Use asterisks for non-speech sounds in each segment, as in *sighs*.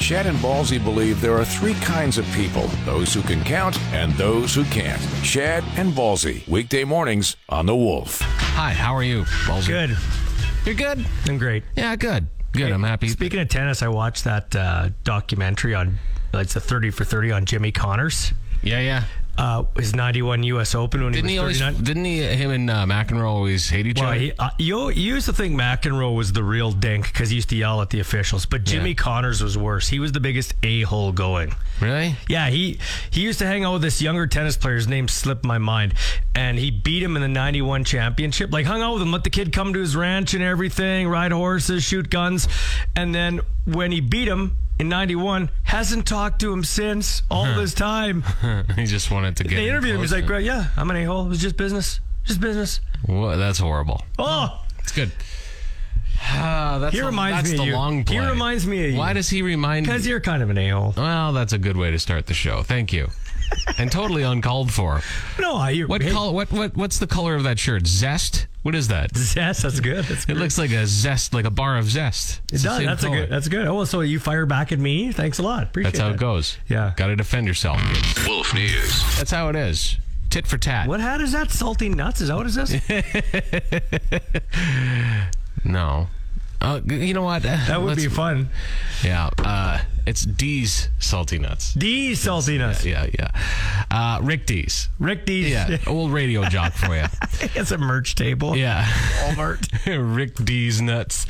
Shed and Ballsy believe there are three kinds of people those who can count and those who can't. Shed and Ballsy, weekday mornings on The Wolf. Hi, how are you, Ballsy? Good. You're good? I'm great. Yeah, good. Good. I'm happy. Speaking of tennis, I watched that uh, documentary on it's a 30 for 30 on Jimmy Connors. Yeah, yeah. Uh, his 91 U.S. Open when Didn't he he was always? 39. Didn't he? Him and uh, McEnroe always hate each Well, other. he, uh, you, you used to think McEnroe was the real dink because he used to yell at the officials, but Jimmy Yeah. Connors was worse. He was the biggest a hole going. really? *laughs* Yeah, he he used to hang out with this younger tennis player. His name slipped my mind, and he beat him in the '91 championship. Like hung out with him, let the kid come to his ranch and everything, ride horses, shoot guns, and then when he beat him in '91, hasn't talked to him since all this *laughs* time. he just wanted to get. They him interviewed him. He's close like, to- "Well, "Yeah, I'm an a-hole. It was just business, just business." Whoa, that's horrible. Oh, It's good. Ah, that's He the- reminds that's me of the you. long He play. reminds me of you. Why does he remind? because you're kind of an a-hole. Well, that's a good way to start the show. Thank *laughs* you. and totally uncalled for. No, I. you What hey, color? What what? What's the color of that shirt? Zest. What is that? *laughs* Yes, that's good. That's It good. looks like a zest, like a bar of zest. It It's the does. same That's a color. good. That's good. Oh, so you fire back at me? Thanks a lot. Appreciate That's how that. it goes. Yeah. Got to defend yourself. kids. Wolf News. That's how it is. Tit for tat. What hat is that? Salty nuts? Is that what it *laughs* says? No. Uh, g- you know what? That would be fun. Yeah. Uh, it's D's salty nuts. D salty nuts. Yeah, yeah. Uh, Rick D's. Rick D. *laughs* Yeah, old radio jock for you. it's a merch table. Yeah. *laughs* Walmart. Rick D's nuts.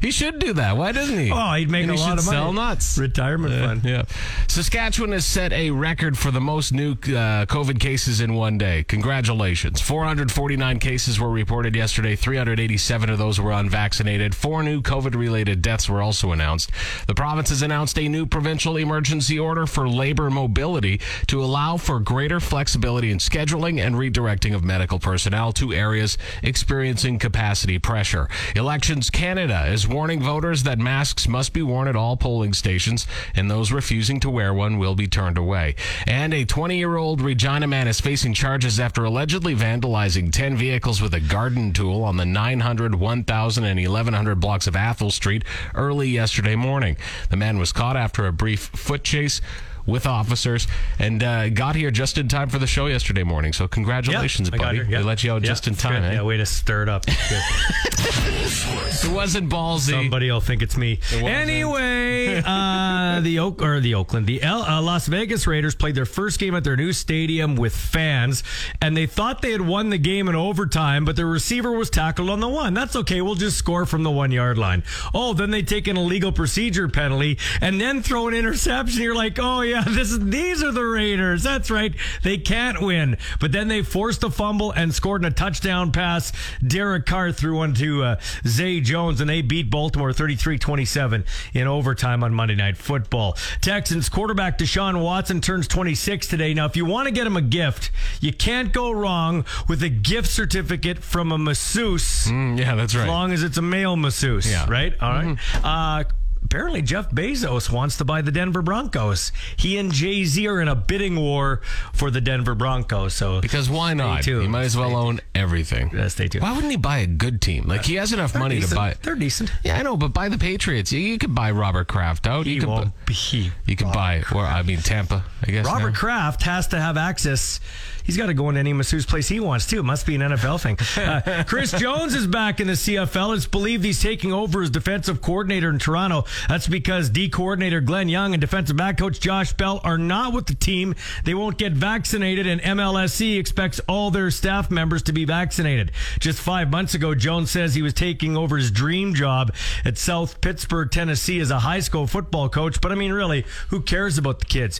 He should do that. Why doesn't he? Oh, he'd make And a he lot should of money. Sell nuts. Retirement fund. Yeah. Saskatchewan has set a record for the most new uh, COVID cases in one day. Congratulations. 449 cases were reported yesterday. 387 of those were unvaccinated. Four new COVID related deaths were also announced. The province has announced a new provincial emergency order for labor mobility to allow for greater flexibility in scheduling and redirecting of medical personnel to areas experiencing capacity pressure. Elections Canada is warning voters that masks must be worn at all polling stations, and those refusing to wear one will be turned away. And a 20 year old Regina man is facing charges after allegedly vandalizing 10 vehicles with a garden tool on the 900, 1000, and 1100 blocks of Athol Street early yesterday morning. The man was caught after a brief foot chase. With officers and uh, got here just in time for the show yesterday morning. So, congratulations, I got buddy. her. Yeah. We let you out Yeah, just in it's time. good. eh? Yeah, way to stir it up. It's good. It wasn't ballsy. Somebody will think it's me. wasn't. Anyway, uh, the Oak or the Oakland, the L, uh, Las Vegas Raiders played their first game at their new stadium with fans, and they thought they had won the game in overtime, but their receiver was tackled on the one. That's okay. We'll just score from the one yard line. Oh, then they take an illegal procedure penalty and then throw an interception. You're like, oh yeah, *laughs* this is these are the Raiders. That's right. They can't win. But then they forced a fumble and scored in a touchdown pass. Derek Carr threw one to uh, Zay Jones, and they beat Baltimore 33 27 in overtime on Monday Night Football. Texans quarterback Deshaun Watson turns 26 today. Now, if you want to get him a gift, you can't go wrong with a gift certificate from a masseuse. Mm, yeah, that's right. As long as it's a male masseuse, Yeah. Mm-hmm. right? All right. Uh, apparently, Jeff Bezos wants to buy the Denver Broncos. He and Jay Z are in a bidding war for the Denver Broncos. So because why not? tuned. He might as well own everything. Yeah, stay tuned. Why wouldn't he buy a good team? Like he has enough money to Decent. buy. They're decent. Yeah, I know, but buy the Patriots. You, you could buy Robert Kraft out. He you could. won't bu- be. You could buy. Well, I mean Tampa. I guess. Robert now. Kraft has to have access. He's got to go into any masseuse place he wants to. It must be an NFL thing. Uh, Chris Jones is back in the CFL. It's believed he's taking over as defensive coordinator in Toronto. That's because D coordinator Glenn Young and defensive back coach Josh Bell are not with the team. They won't get vaccinated, and MLSC E expects all their staff members to be vaccinated. Just five months ago, Jones says he was taking over his dream job at South Pittsburgh, Tennessee, as a high school football coach. But I mean, really, who cares about the kids?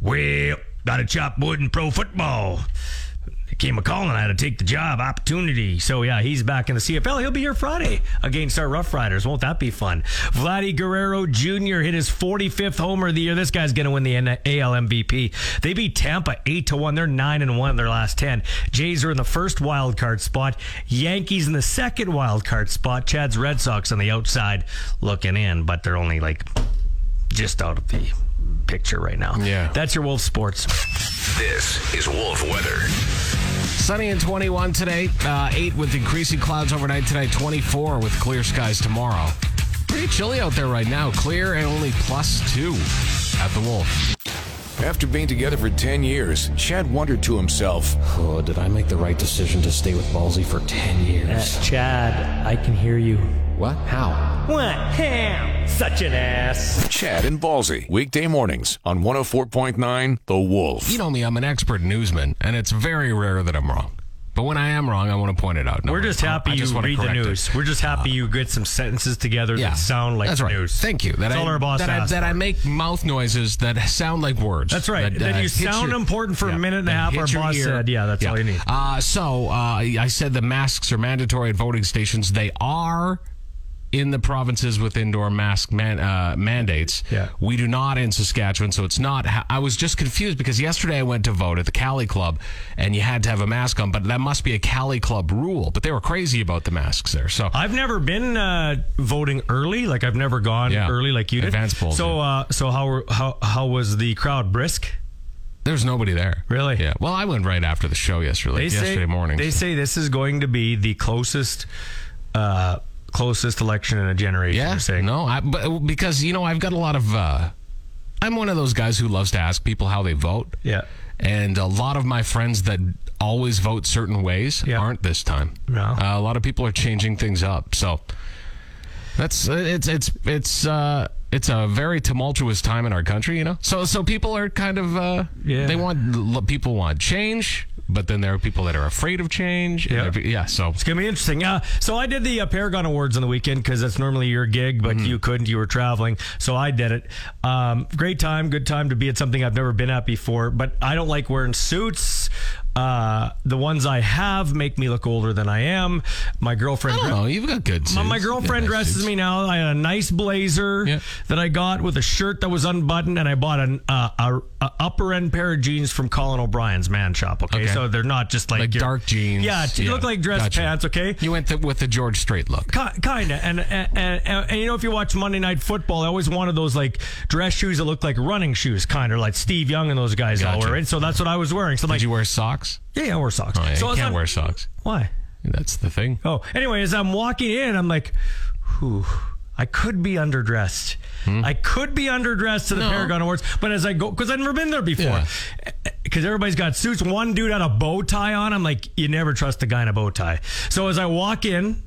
Well, gotta chop wood in pro football. It came a call and I had to take the job opportunity. So yeah, he's back in the CFL. He'll be here Friday against our Rough Riders. Won't that be fun? Vladdy Guerrero Jr. hit his 45th homer of the year. This guy's gonna win the N- AL MVP. They beat Tampa eight to one. They're nine and one in their last ten. Jays are in the first wild card spot. Yankees in the second wild card spot. Chad's Red Sox on the outside looking in, but they're only like just out of the picture right now. Yeah. That's your Wolf Sports. This is Wolf Weather. Sunny and 21 today. Uh, eight with increasing clouds overnight tonight. 24 with clear skies tomorrow. Pretty pretty chilly out there right now. Clear and only plus two at the Wolf. After being together for 10 years, Chad wondered to himself, Oh, did I make the right decision to stay with Ballsy for 10 Eh. years? Chad, I can hear you. What? How? What? Ham! Such an ass. Chad and Ballsy, weekday mornings on 104.9 The Wolf. You know me, I'm an expert newsman, and it's very rare that I'm wrong. But when I am wrong, I want to point it out. No, We're just I- happy I just you want to read the correct it. news. We're just happy you get some sentences together that sound like that's right. news. Thank you. That That's I, all our boss that, I, asked that I for. make mouth noises that sound like words. That's right. That, uh, That you hit sound important for a minute and a that half, hit our your boss ear. said. Yeah, that's all you need. Uh, so uh, I I said the masks are mandatory at voting stations. They are in the provinces with indoor mask man, uh, mandates. Yeah. We do not in Saskatchewan, so it's not. ha- I was just confused because yesterday I went to vote at the Cali Club and you had to have a mask on, but that must be a Cali Club rule. But they were crazy about the masks there. So I've never been uh, voting early. Like I've never gone Yeah. early like you did. Advance polls, So, yeah. uh, so how were- how how was the crowd? Brisk. There's nobody there. Really? Yeah. Well, I went right after the show yesterday, like yesterday say, morning. They so- say this is going to be the closest uh, closest election in a generation. yeah. they're saying. No, I, but because you know I've got a lot of. Uh, I'm one of those guys who loves to ask people how they vote. Yeah. And a lot of my friends that always vote certain ways Yeah. aren't this time. No. Uh, a lot of people are changing things up. So that's it's it's it's uh it's a very tumultuous time in our country, you know. So so people are kind of uh Yeah. they want l- people want change, but then there are people that are afraid of change. and Yeah. there are pe- Yeah, so It's gonna be interesting. Uh, so I did the uh, Paragon Awards on the weekend because that's normally your gig, but Mm-hmm. you couldn't. You were traveling, so I did it. Um, great time, good time to be at something I've never been at before. But I don't like wearing suits. Uh, the ones I have make me look older than I am. My girlfriend. I don't know. Oh, You've got good. My, Suits. my girlfriend Yeah, dresses suits. me now. I had a nice blazer Yeah. that I got with a shirt that was unbuttoned, and I bought an uh, a, a upper end pair of jeans from Colin O'Brien's man shop. Okay, Okay. so they're not just like, Like your- dark jeans. Yeah, you Yeah. look like dress Gotcha. pants. Okay, You went th- with the George Strait look. Ki- Kinda, and and, and and you know if you watch Monday Night Football, I always wanted those like dress shoes that look like running shoes, kind of like Steve Young and those guys all Gotcha. wear. Right, so that's what I was wearing. So I'm Did like, you wear socks? yeah, yeah, I wear socks. Oh, yeah, so I you was can't on- wear socks. why? That's the thing. Oh, anyway, as I'm walking in, I'm like, whew, I could be underdressed. I could be underdressed to the Hmm? No. Paragon Awards, but as I go, because I've never been there before, because everybody's got suits. One dude had a bow tie on. I'm like, you never trust a guy in a bow tie. So as I walk in,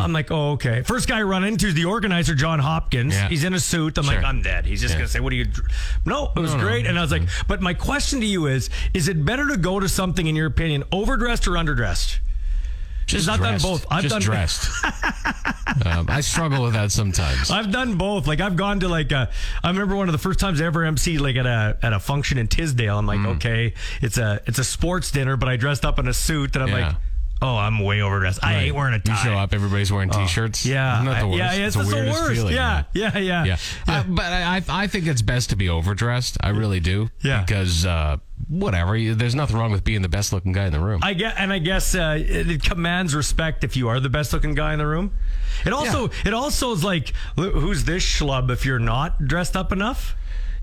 I'm like, oh, okay. First guy I run into is the organizer, John Hopkins. Yeah. He's in a suit. I'm like, Sure. I'm dead. He's just Yeah. going to say, what are you? dr- No, it was great. And I was like, Mm-hmm. but my question to you is, is it better to go to something, in your opinion, overdressed or underdressed? Just I've done dressed. both. I've Just done- *laughs* dressed. um, I struggle with that sometimes. I've done both. Like I've gone to like a, I remember one of the first times I ever MC like at a at a function in Tisdale. I'm Mm. like, okay, it's a it's a sports dinner, but I dressed up in a suit, and I'm Yeah. like, oh, I'm way overdressed. I ain't wearing a tie. You show up, everybody's wearing T-shirts. Oh, Yeah, Isn't that the I- worst? yeah, yeah, it's, the the weirdest worst. feeling, yeah, man. yeah, yeah, yeah. Uh, but I, I, I think it's best to be overdressed. I really do. Yeah. Because uh, whatever, you- there's nothing wrong with being the best-looking guy in the room. I get, and I guess uh, it it commands respect if you are the best looking guy in the room. It also, it also is like, "Wh- who's this schlub if you're not dressed up enough?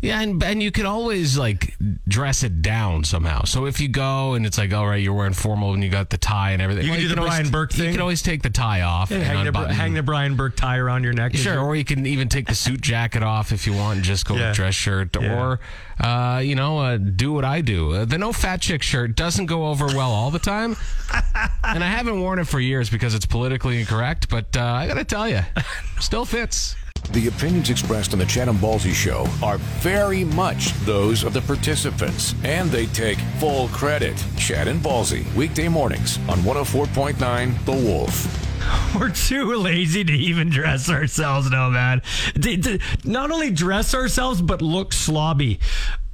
yeah, and and you can always like dress it down somehow. So if you go and it's like, all right, you're wearing formal and you got the tie and everything. You well, can do the always- Brian Burke You thing. can always take the tie off and hang, the, Bri- unbutton. hang the Brian Burke tie around your neck. Sure, or you can even take the suit jacket off if you want and just go Yeah. with dress shirt, Yeah. or uh, you know, uh, do what I do. Uh, the no fat chick shirt doesn't go over well all the *laughs* time, and I haven't worn it for years because it's politically incorrect. But uh, I gotta tell you, still fits. The opinions expressed on the Chad and Ballsy Show are very much those of the participants, and they take full credit. Chad and Ballsy, weekday mornings on 104.9 The Wolf. *laughs* We're too lazy to even dress ourselves now, man. D- d- not only dress ourselves, but look slobby.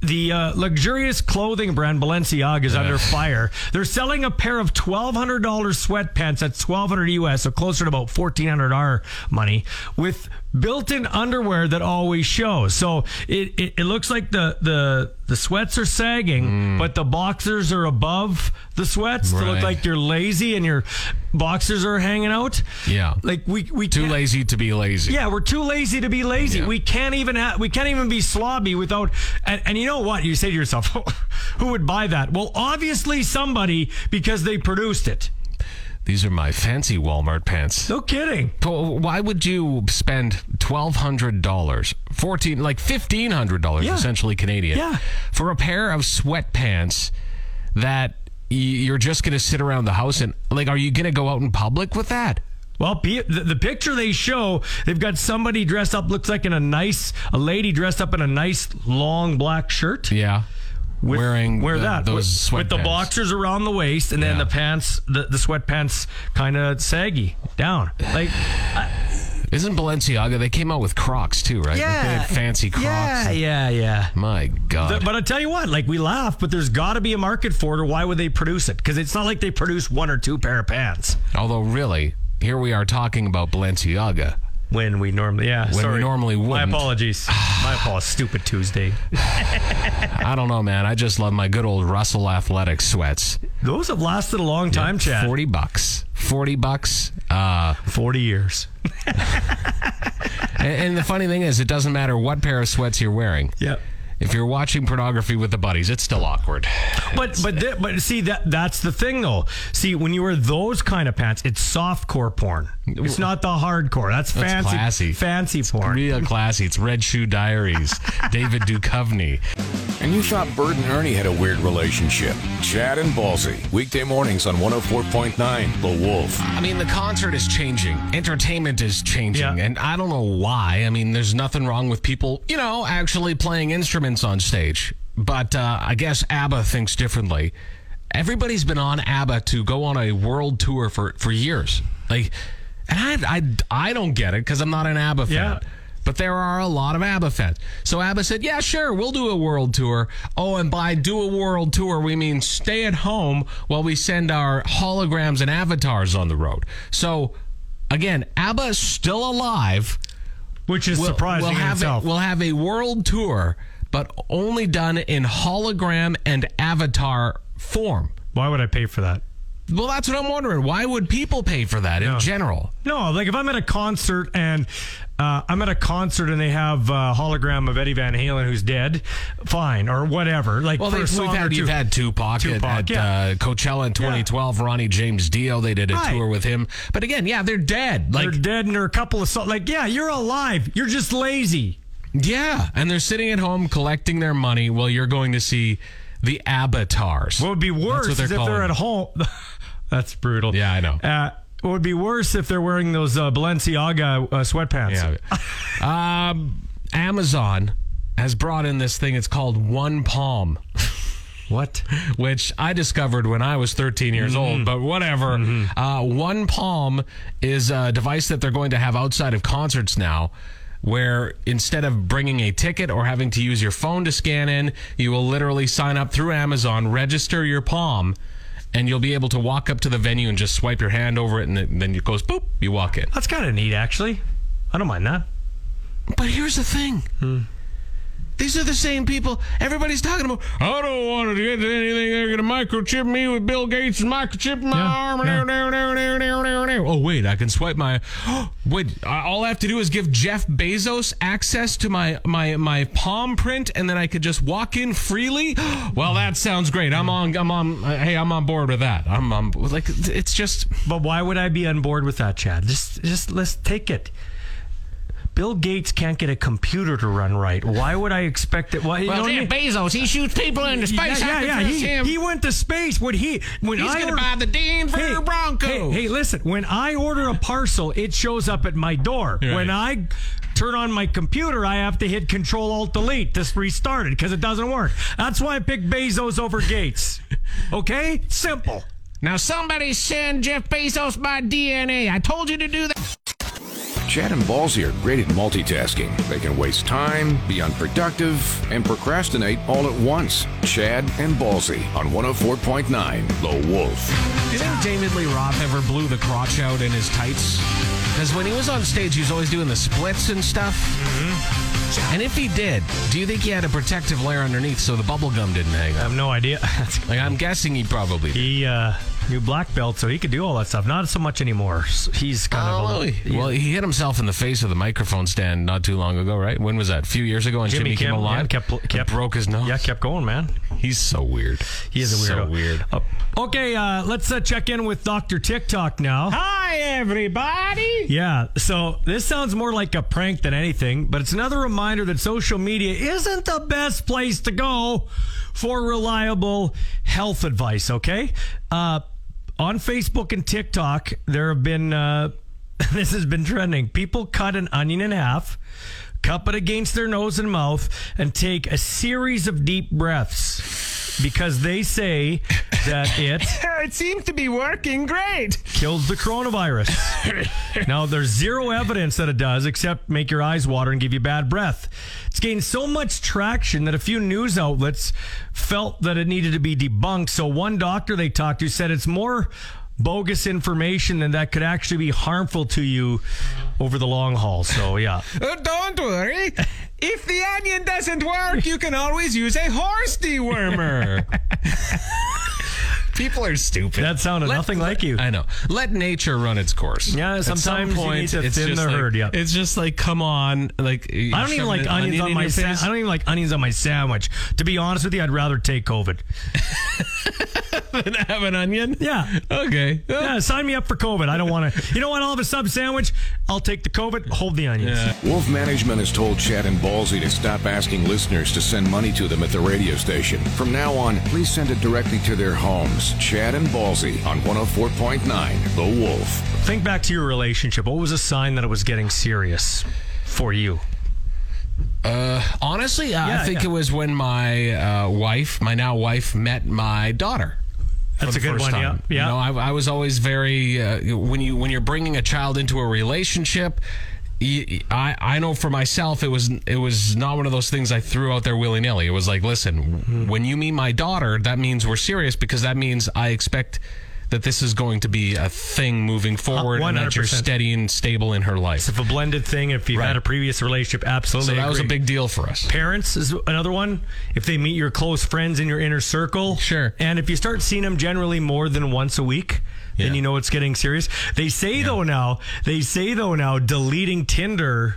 The uh, luxurious clothing brand Balenciaga is under fire. They're selling a pair of twelve hundred dollars sweatpants that's twelve hundred US, so closer to about fourteen hundred R money, with built-in underwear that always shows. So it, it, it looks like the, the the sweats are sagging, but the boxers are above the sweats to look Right. like you're lazy and your boxers are hanging out. Yeah. Like we we Too can't- lazy to be lazy. Yeah, we're too lazy to be lazy. Yeah. We can't even ha- we can't even be slobby without. And, and you know what? You say to yourself, *laughs* who would buy that? Well, obviously somebody because they produced it. These are my fancy Walmart pants. No kidding. But why would you spend twelve hundred dollars, fourteen, like fifteen hundred dollars, Yeah. essentially Canadian, Yeah. for a pair of sweatpants that y- you're just going to sit around the house and like? Are you going to go out in public with that? Well, pe- the, the picture they show, they've got somebody dressed up, looks like in a nice, a lady dressed up in a nice long black shirt. Yeah, with- wearing wear the- that those with, with the sweatpants. boxers around the waist and then Yeah. the pants the, the sweatpants kind of saggy down *sighs* like isn't Balenciaga? They came out with Crocs too, right? Like, they had fancy Crocs. yeah yeah yeah My God. Th- but I tell you what, like we laugh, but there's got to be a market for it, or why would they produce it? Because it's not like they produce one or two pair of pants Although, really, here we are talking about Balenciaga. when we normally, yeah, we sorry. normally My wouldn't. *sighs* apologies, my apologies. Stupid Tuesday. I don't know, man. I just love my good old Russell Athletic sweats. Those have lasted a long time, Chad. 40, Forty bucks. Forty bucks. Uh, years. and, and the funny thing is, it doesn't matter what pair of sweats you're wearing. Yeah. If you're watching pornography with the buddies, it's still awkward. But but th- but see that that's the thing though. See when you wear those kind of pants, it's soft core porn. It's not the hardcore. That's That's fancy classy. fancy porn. Real classy. It's Red Shoe Diaries. David Duchovny. And you thought Bert and Ernie had a weird relationship. Chad and Ballsy. Weekday mornings on 104.9 The Wolf. I mean, the concert is changing. Entertainment is changing. Yeah. And I don't know why. I mean, there's nothing wrong with people, you know, actually playing instruments on stage. But uh, I guess ABBA thinks differently. Everybody's been on ABBA to go on a world tour for, for years. Like, and I, I, I don't get it because I'm not an ABBA fan. Yeah. But there are a lot of ABBA fans. So ABBA said, yeah, sure, we'll do a world tour. Oh, and by do a world tour, we mean stay at home while we send our holograms and avatars on the road. So, again, ABBA is still alive. Which is surprising in have itself. A, we'll have a world tour, but only done in hologram and avatar form. Why would I pay for that? Well, that's what I'm wondering. Why would people pay for that in general? No, like if I'm at a concert and uh, I'm at a concert and they have a hologram of Eddie Van Halen who's dead, fine or whatever. Like Well, for a they've, song we've or had, two. you've had Tupac, Tupac, at, at yeah. uh, Coachella in 2012. Ronnie James Dio, they did a Right. tour with him. But again, yeah, they're dead. Like, they're dead and they're a couple of songs. Like yeah, you're alive. You're just lazy. yeah, and they're sitting at home collecting their money while you're going to see the avatars. What would be worse what they're is if calling they're at them. home. *laughs* That's brutal. Yeah, I know. Uh, what would be worse if they're wearing those uh, Balenciaga uh, sweatpants? Yeah. *laughs* um, Amazon has brought in this thing. It's called One Palm. What? which I discovered when I was 13 years old, but whatever. Uh, One Palm is a device that they're going to have outside of concerts now. Where instead of bringing a ticket or having to use your phone to scan in, you will literally sign up through Amazon, register your palm, and you'll be able to walk up to the venue and just swipe your hand over it, and then- then it goes boop, you walk in. That's kind of neat, actually. I don't mind that. But here's the thing. These are the same people everybody's talking about. I don't want to get anything. They're going to microchip me with Bill Gates and microchip my Yeah, arm. and yeah. everything, everything, everything, everything, everything." Oh, wait, I can swipe my. *gasps* wait, I- all I have to do is give Jeff Bezos access to my, my, my palm print and then I could just walk in freely. *gasps* well, that sounds great. I'm on, I'm on, hey, I'm on board with that. I'm on, like, it's just. But why would I be on board with that, Chad? Just, just let's take it. Bill Gates can't get a computer to run right. Why would I expect it? Why? you know what I mean? Bezos, he shoots people into yeah, yeah, yeah. He, he went to space. When he when I gonna the order- Denver Hey, hey, listen. When I order a parcel, it shows up at my door. Right. When I turn on my computer, I have to hit Control Alt Delete to restart it because it doesn't work. That's why I picked Bezos over Gates. Okay, simple. Now somebody send Jeff Bezos my DNA. I told you to do that. Chad and Ballsy are great at multitasking. They can waste time, be unproductive, and procrastinate all at once. Chad and Ballsy on 104.9 The Wolf. Do you think David Lee Roth ever blew the crotch out in his tights? Because when he was on stage, he was always doing the splits and stuff. And if he did, do you think he had a protective layer underneath so the bubble gum didn't hang I up? have no idea. *laughs* Like I'm guessing he probably. Did. he uh, new black belt, so he could do all that stuff. Not so much anymore. S- He's kind of a, Oh, well, he hit himself in the face with a microphone stand not too long ago, right? When was that? A few years ago, and Jimmy, came Kimmel, alive. yeah, kept, and kept broke his nose. Yeah, kept going, man. He's so weird. He is a weirdo. So weird. Uh, okay, uh, let's uh, check in with Doctor TikTok now. Hi, everybody. Yeah, so this sounds more like a prank than anything, but it's another reminder that social media isn't the best place to go for reliable health advice, okay? Uh, on Facebook and TikTok, there have been, uh, *laughs* this has been trending. People cut an onion in half, cup it against their nose and mouth, and take a series of deep breaths because they say that it Uh, It seems to be working great. kills the coronavirus. now, there's zero evidence that it does except make your eyes water and give you bad breath. It's gained so much traction that a few news outlets felt that it needed to be debunked. So, one doctor they talked to said it's more bogus information than that could actually be harmful to you over the long haul. So, yeah. Uh, don't worry. If the onion doesn't work, you can always use a horse *laughs* dewormer. People are stupid. That sounded nothing like you. I know. Let nature run its course. Yeah, At sometimes you some point, need to it's thin just the like, herd, yeah. It's just like, come on, like I don't even like onions on my sa- *laughs* I don't even like onions on my sandwich. To be honest with you, I'd rather take COVID. even have an onion. Yeah. Okay. Yeah, sign me up for COVID. I don't want to. You know what? I'll have a sub sandwich. I'll take the COVID. Hold the onions. Wolf Management has told Chad and Ballsy to stop asking listeners to send money to them at the radio station. From now on, please send it directly to their homes. Chad and Ballsy on 104.9 The Wolf. Think back to your relationship. What was a sign that it was getting serious for you? Honestly, uh, Yeah, I think yeah. it was when my uh, wife, my now wife, met my daughter. for That's the a good first one. time. Yeah, yeah. You know, I, I was always very uh, when you when you're bringing a child into a relationship. y- I, I know for myself it was it was not one of those things I threw out there willy nilly. It was like, listen, Hmm. when you meet my daughter, that means we're serious because that means I expect that this is going to be a thing moving Uh, forward, and that you're 100%. steady and stable in her life. if a blended thing, if you've Right. had a previous relationship, absolutely. So that was a agree. big deal for us. Parents is another one. If they meet your close friends in your inner circle, Sure. And if you start seeing them generally more than once a week, then Yeah. you know it's getting serious. They say though now, they say though now, deleting Tinder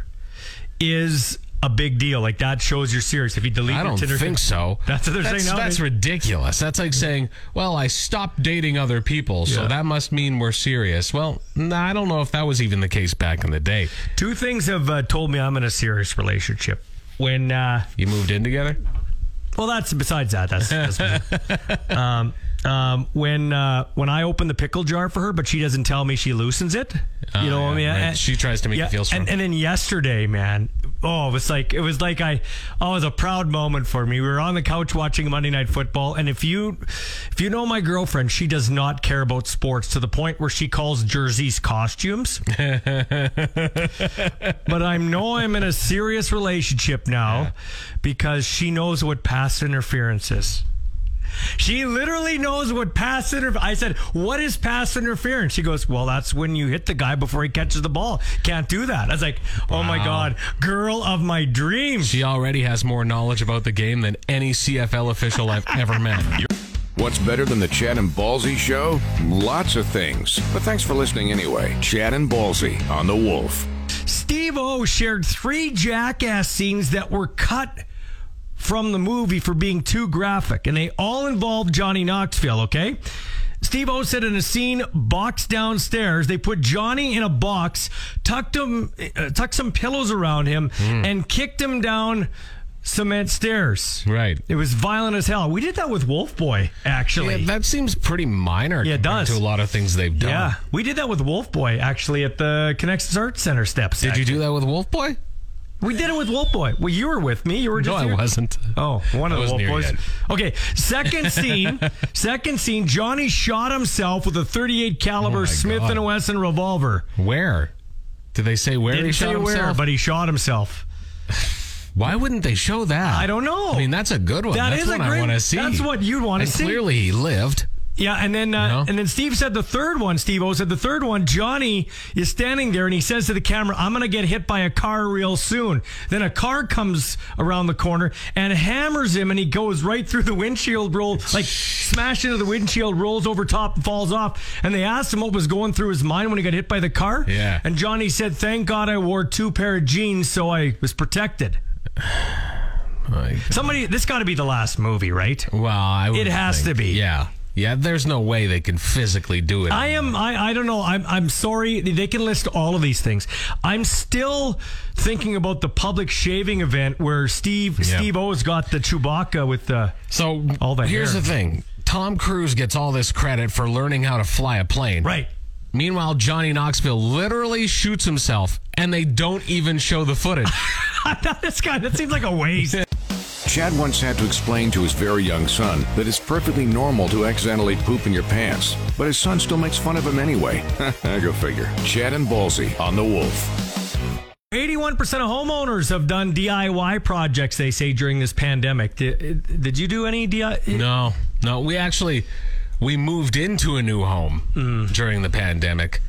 is a big deal. Like that shows you're serious. If you delete I your don't Tinder, think so. That's what they're that's, saying now. That's ridiculous. That's like saying, well, I stopped dating other people, so Yeah. that must mean we're serious. Well, nah, I don't know if that was even the case back in the day. Two things have uh, told me I'm in a serious relationship. When, uh, You moved in together? well, that's besides that. That's, *laughs* that's um, um, when uh, when I open the pickle jar for her, but she doesn't tell me she loosens it. you know what I mean? Oh, right. And- She tries to make you feel strong. And, and then yesterday, man, oh, it was like it was like I, oh, it was a proud moment for me. We were on the couch watching Monday Night Football, and if you, if you know my girlfriend, she does not care about sports to the point where she calls jerseys costumes. but I know I'm in a serious relationship now because she knows what past interference is. She literally knows what pass interference. I said, "What is pass interference?" She goes, "Well, that's when you hit the guy before he catches the ball. Can't do that." I was like, "Oh my god, girl of my dreams." She already has more knowledge about the game than any CFL official I've ever met. *laughs* What's better than the Chad and Ballsy show? Lots of things. But thanks for listening anyway. Chad and Ballsy on The Wolf. Steve O shared three jackass scenes that were cut from the movie for being too graphic, and they all involved Johnny Knoxville, okay? Steve O said in a scene box downstairs, they put Johnny in a box, tucked him, uh, tucked some pillows around him, Hmm. and kicked him down cement stairs. Right. It was violent as hell. We did that with Wolf Boy, actually. Yeah, that seems pretty minor Yeah, it compared does. to a lot of things they've done. Yeah, we did that with Wolf Boy actually at the Connections Arts Center steps. Did you do that with Wolf Boy? We did it with Wolf Boy. Well, you were with me. You were No, just I here. wasn't. Oh, one of I wasn't the Wolf here Boys. yet. Okay, *laughs* second scene. second scene. Johnny shot himself with a 38 caliber Oh my Smith God. and Wesson revolver. Where? Did they say where he Didn't shot say where, himself? but he shot himself. Why wouldn't they show that? I don't know. I mean, that's a good one. That that's is a one great- I want to see. that's what you'd wanna And see. Clearly, he lived. Yeah, and then uh, No? and then Steve said the third one. Steve O said the third one. Johnny is standing there and he says to the camera, "I'm going to get hit by a car real soon." Then a car comes around the corner and hammers him, and he goes right through the windshield roll, like smash into the windshield, rolls over top, and falls off. And they asked him what was going through his mind when he got hit by the car. Yeah. and Johnny said, "Thank God I wore two pair of jeans, so I was protected." Like, Somebody, this got to be the last movie, right? well, I would It has think- to be. Yeah. Yeah, there's no way they can physically do it. I am. I, I don't know. I'm. I'm sorry. They can list all of these things. I'm still thinking about the public shaving event where Steve Yeah. Steve O's got the Chewbacca with the. So All that here's hair. the thing. Tom Cruise gets all this credit for learning how to fly a plane. Right. *laughs* Meanwhile, Johnny Knoxville literally shoots himself and they don't even show the footage. this guy. That seems like a waste. Chad once had to explain to his very young son that it's perfectly normal to accidentally poop in your pants, but his son still makes fun of him anyway. *laughs* Go figure. Chad and Ballsy on the Wolf. 81% of homeowners have done DIY projects. They say during this pandemic. Did, did you do any DIY? no. No, we actually we moved into a new home Mm. during the pandemic.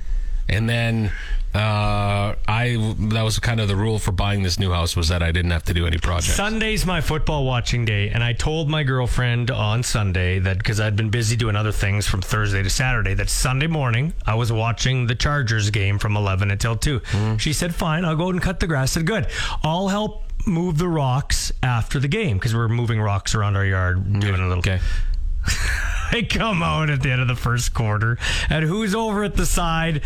And then uh I that was kind of the rule for buying this new house was that I didn't have to do any projects. Sunday's my football watching day, and I told my girlfriend on Sunday that because I'd been busy doing other things from Thursday to Saturday, that Sunday morning I was watching the Chargers game from 11 until 2. Mm. She said, Fine, I'll go and cut the grass. I said, Good. I'll help move the rocks after the game because we're moving rocks around our yard, doing a little. Mm, Okay. *laughs* They come out at the end of the first quarter, and who's over at the side?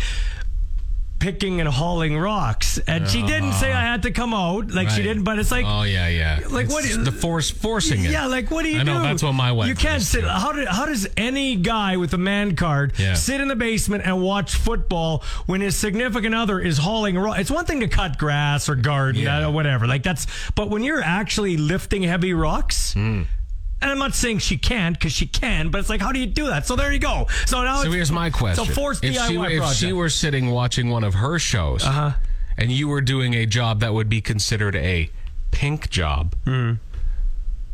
Picking and hauling rocks, and she didn't say I had to come out. Like she Oh, Right. didn't, but it's like Oh yeah, yeah. Like, It's what is- the force forcing it? Yeah, like what do you I do? know that's what my wife. You can't does, sit. too. How, do, how does any guy with a man card Yeah. sit in the basement and watch football when his significant other is hauling? Ro- it's one thing to cut grass or garden Yeah. uh, or whatever. Like that's. But when you're actually lifting heavy rocks. Hmm. And I'm not saying she can't because she can, but it's like, how do you do that? So there you go. So now, So it's, here's my question: So forced if DIY she, if project. Uh-huh. she were sitting watching one of her shows, and you were doing a job that would be considered a pink job,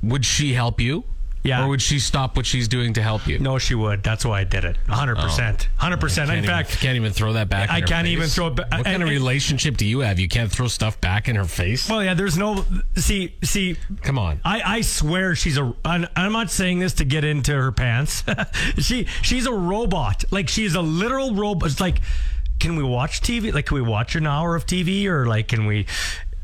would she help you? Mm. Yeah. Or would she stop what she's doing to help you? no, she would. That's why I did it. 100, percent 100. percent Oh. Can't In even- fact, can't even throw that back. I in her can't even face. throw it ba- What kind and- of and- relationship do you have? You can't throw stuff back in her face. well, yeah. There's no. See, see. Come on. I, I swear she's a. I'm I'm not saying this to get into her pants. *laughs* she she's a robot. Like she's a literal robot. It's like, can we watch TV? Like, can we watch an hour of TV or like, can we?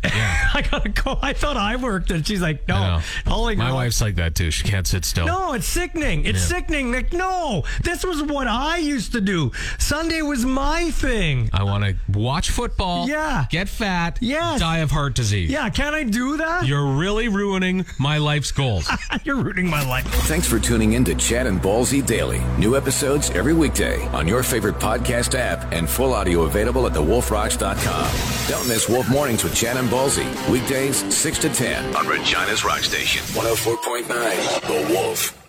*laughs* I gotta go. I thought I worked, and she's like, I no. know. Holy my girl. wife's like that too. She can't sit still. No, it's sickening. It's sickening. Like, no, this was what I used to do. Sunday was my thing. I want to watch football. Yeah. Get fat. Yes. Die of heart disease. Yeah, can I do that? You're really ruining my life's goals. *laughs* You're ruining my life. Thanks for tuning in to Chad and Ballsy Daily. New episodes every weekday on your favorite podcast app and full audio available at thewolfrocks.com. Don't miss Wolf Mornings with Chad and Ballsy. oh Weekdays 6 to 10 on Regina's Rock Station. 104.9 The Wolf.